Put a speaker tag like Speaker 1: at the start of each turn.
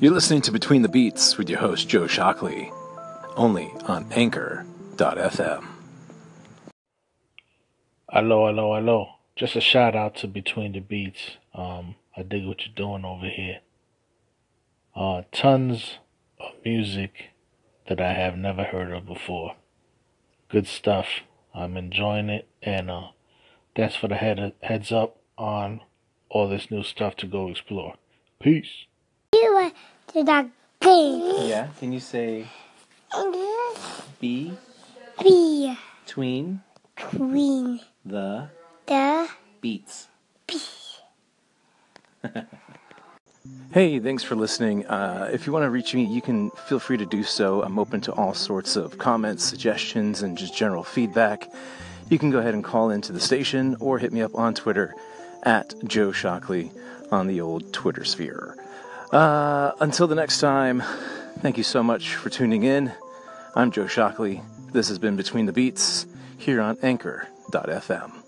Speaker 1: You're listening to Between the Beats with your host, Joe Shockley, only on anchor.fm.
Speaker 2: Hello, hello, hello. Just a shout out to Between the Beats. Um, I dig what you're doing over here. Uh, tons of music that I have never heard of before. Good stuff. I'm enjoying it, and uh, that's for the head heads up on all this new stuff to go explore. Peace.
Speaker 3: You went to the game.
Speaker 4: Yeah, can you say be
Speaker 3: Be
Speaker 4: tween
Speaker 3: queen.
Speaker 4: the
Speaker 3: The
Speaker 4: beats?
Speaker 1: Hey, thanks for listening. Uh, if you want to reach me, you can feel free to do so. I'm open to all sorts of comments, suggestions, and just general feedback. You can go ahead and call into the station or hit me up on Twitter at Joe Shockley on the old Twitter sphere. Uh, until the next time, thank you so much for tuning in. I'm Joe Shockley. This has been Between the Beats here on Anchor.fm.